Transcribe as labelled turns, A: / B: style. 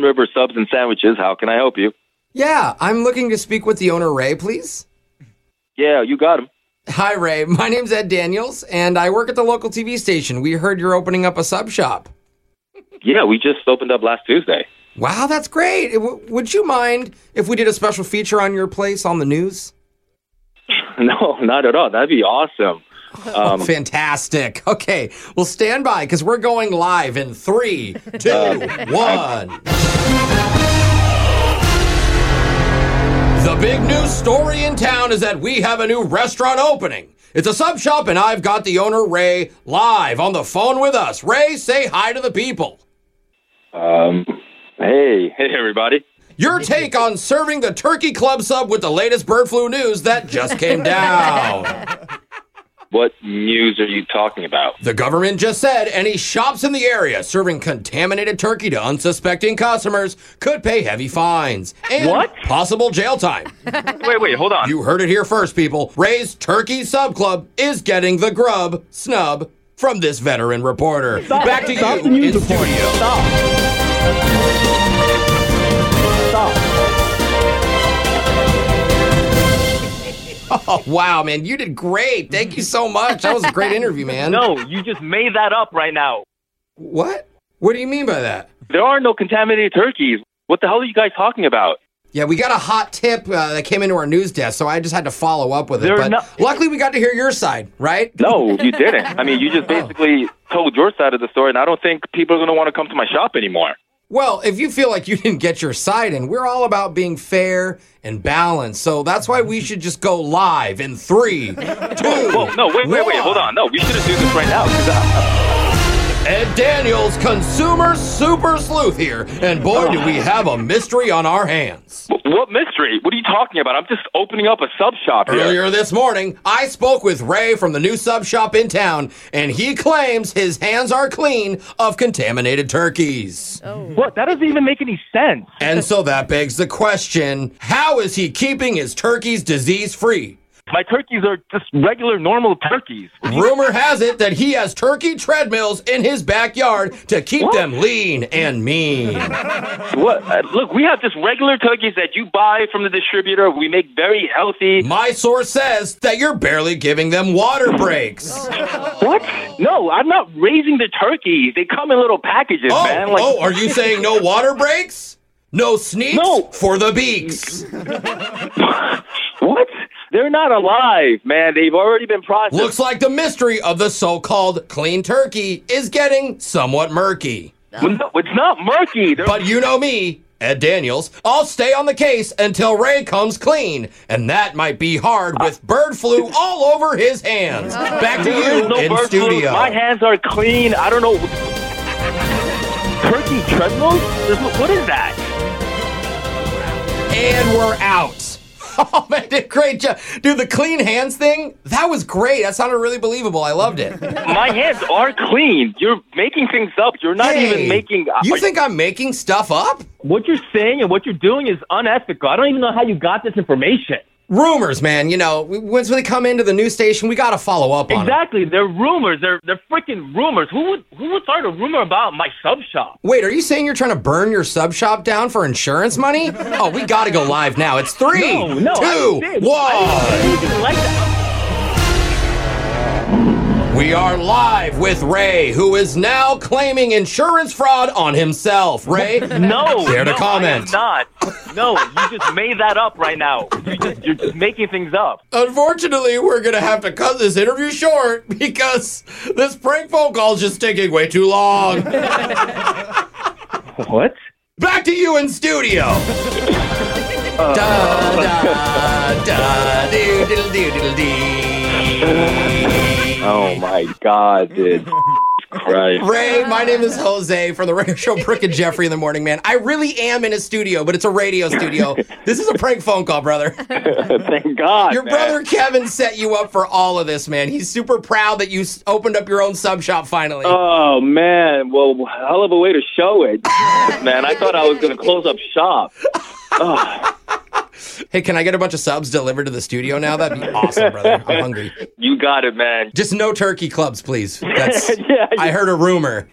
A: River Subs and Sandwiches. How can I help you?
B: Yeah, I'm looking to speak with the owner, Ray, please.
A: Yeah, you got him.
B: Hi, Ray. My name's Ed Daniels, and I work at the local TV station. We heard you're opening up a sub shop.
A: Yeah, we just opened up last Tuesday.
B: Wow, that's great. W- would you mind if we did a special feature on your place on the news?
A: No, not at all. That'd be awesome.
B: Oh, fantastic. Okay, well, stand by because we're going live in three, two, one. The big news story in town is that we have a new restaurant opening. It's a sub shop, and I've got the owner, Ray, live on the phone with us. Ray, say hi to the people.
A: Um, hey, hey, everybody.
B: Your take on serving the Turkey Club sub with the latest bird flu news that just came down.
A: What news are you talking about?
B: The government just said any shops in the area serving contaminated turkey to unsuspecting customers could pay heavy fines and
A: What?
B: possible jail time.
A: Wait, wait, hold on.
B: you heard it here first, people. Ray's Turkey Sub Club is getting the grub snub from this veteran reporter. Back to
C: Stop
B: you
C: the news
B: in
C: report.
B: studio.
C: Stop. Stop.
B: Oh, wow, man, you did great. Thank you so much. That was a great interview, man.
C: No, you just made that up right now.
B: What? What do you mean by that?
A: There are no contaminated turkeys. What the hell are you guys talking about?
B: Yeah, we got a hot tip uh, that came into our news desk, so I just had to follow up with it.
C: They're
B: but
C: not-
B: luckily, we got to hear your side, right?
A: No, you didn't. I mean, you just basically told your side of the story, and I don't think people are going to want to come to my shop anymore.
B: Well, if you feel like you didn't get your side in, we're all about being fair and balanced. So that's why we should just go live in three, two.
A: Whoa, no, wait, wait, wait, hold
B: one.
A: on. No, we shouldn't do this right now. 'cause uh, I-
B: Ed Daniels, consumer super sleuth here, and boy, do we have a mystery on our hands.
A: What mystery? What are you talking about? I'm just opening up a sub shop here.
B: Earlier this morning, I spoke with Ray from the new sub shop in town, and he claims his hands are clean of contaminated turkeys.
C: What? That doesn't even make any sense.
B: And so that begs the question how is he keeping his turkeys disease free?
C: My turkeys are just regular, normal turkeys.
B: Rumor has it that he has turkey treadmills in his backyard to keep them lean and mean.
A: What? Uh, look, we have just regular turkeys that you buy from the distributor. We make very healthy.
B: My source says that you're barely giving them water breaks.
A: Oh. What? No, I'm not raising the turkeys. They come in little packages,
B: Oh,
A: man. Like,
B: oh, are you saying no water breaks? No sneaks
A: No.
B: for the beaks.
A: what? They're not alive, man. They've already been processed.
B: Looks like the mystery of the so called clean turkey is getting somewhat murky.
A: Well, no, it's not murky. They're-
B: But you know me, Ed Daniels. I'll stay on the case until Ray comes clean, and that might be hard with bird flu all over his hands. Back to you
A: There's no
B: in
A: bird flu.
B: studio.
A: My hands are clean. I don't know. Turkey treadmills? There's no- What is that?
B: And we're out. Oh man, did great job, dude. The clean hands thing—that was great. That sounded really believable. I loved it.
A: My hands are clean. You're making things up. You're not
B: Hey,
A: even making.
B: You
A: are-
B: think I'm making stuff up?
C: What you're saying and what you're doing is unethical. I don't even know how you got this information.
B: Rumors, man. You know, w- once they come into the news station, we gotta follow up on it.
C: Exactly. They're rumors. They're they're freaking rumors. Who would who would start a rumor about my sub shop?
B: Wait, are you saying you're trying to burn your sub shop down for insurance money? Oh, we gotta go live now. It's three,
C: Oh, No, no,
B: two,
C: I didn't. I
B: one.
C: didn't do anything like that.
B: We are live with Ray, who is now claiming insurance fraud on himself. Ray,
C: No,
B: Care to
C: no,
B: comment?
C: I am not. No, you just made that up right now. You just, you're just making things up.
B: Unfortunately, we're going to have to cut this interview short because this prank phone call is just taking way too long.
C: What?
B: Back to you in studio. da, da, da, doo, diddle, doo, diddle, dee.
A: Oh my God, dude. Christ.
B: Ray, my name is Jose from the radio show Brick and Jeffrey in the Morning Man. I really am in a studio, but it's a radio studio. This is a prank phone call, brother.
A: Thank God.
B: Your
A: man.
B: brother Kevin set you up for all of this, man. He's super proud that you s- opened up your own sub shop finally.
A: Oh man, well, hell of a way to show it, man. I thought I was gonna close up shop.
B: Hey, can I get a bunch of subs delivered to the studio now? That'd be awesome, brother. I'm hungry.
A: You got it, man.
B: Just no turkey clubs, please. That's
A: Yeah,
B: I heard a rumor.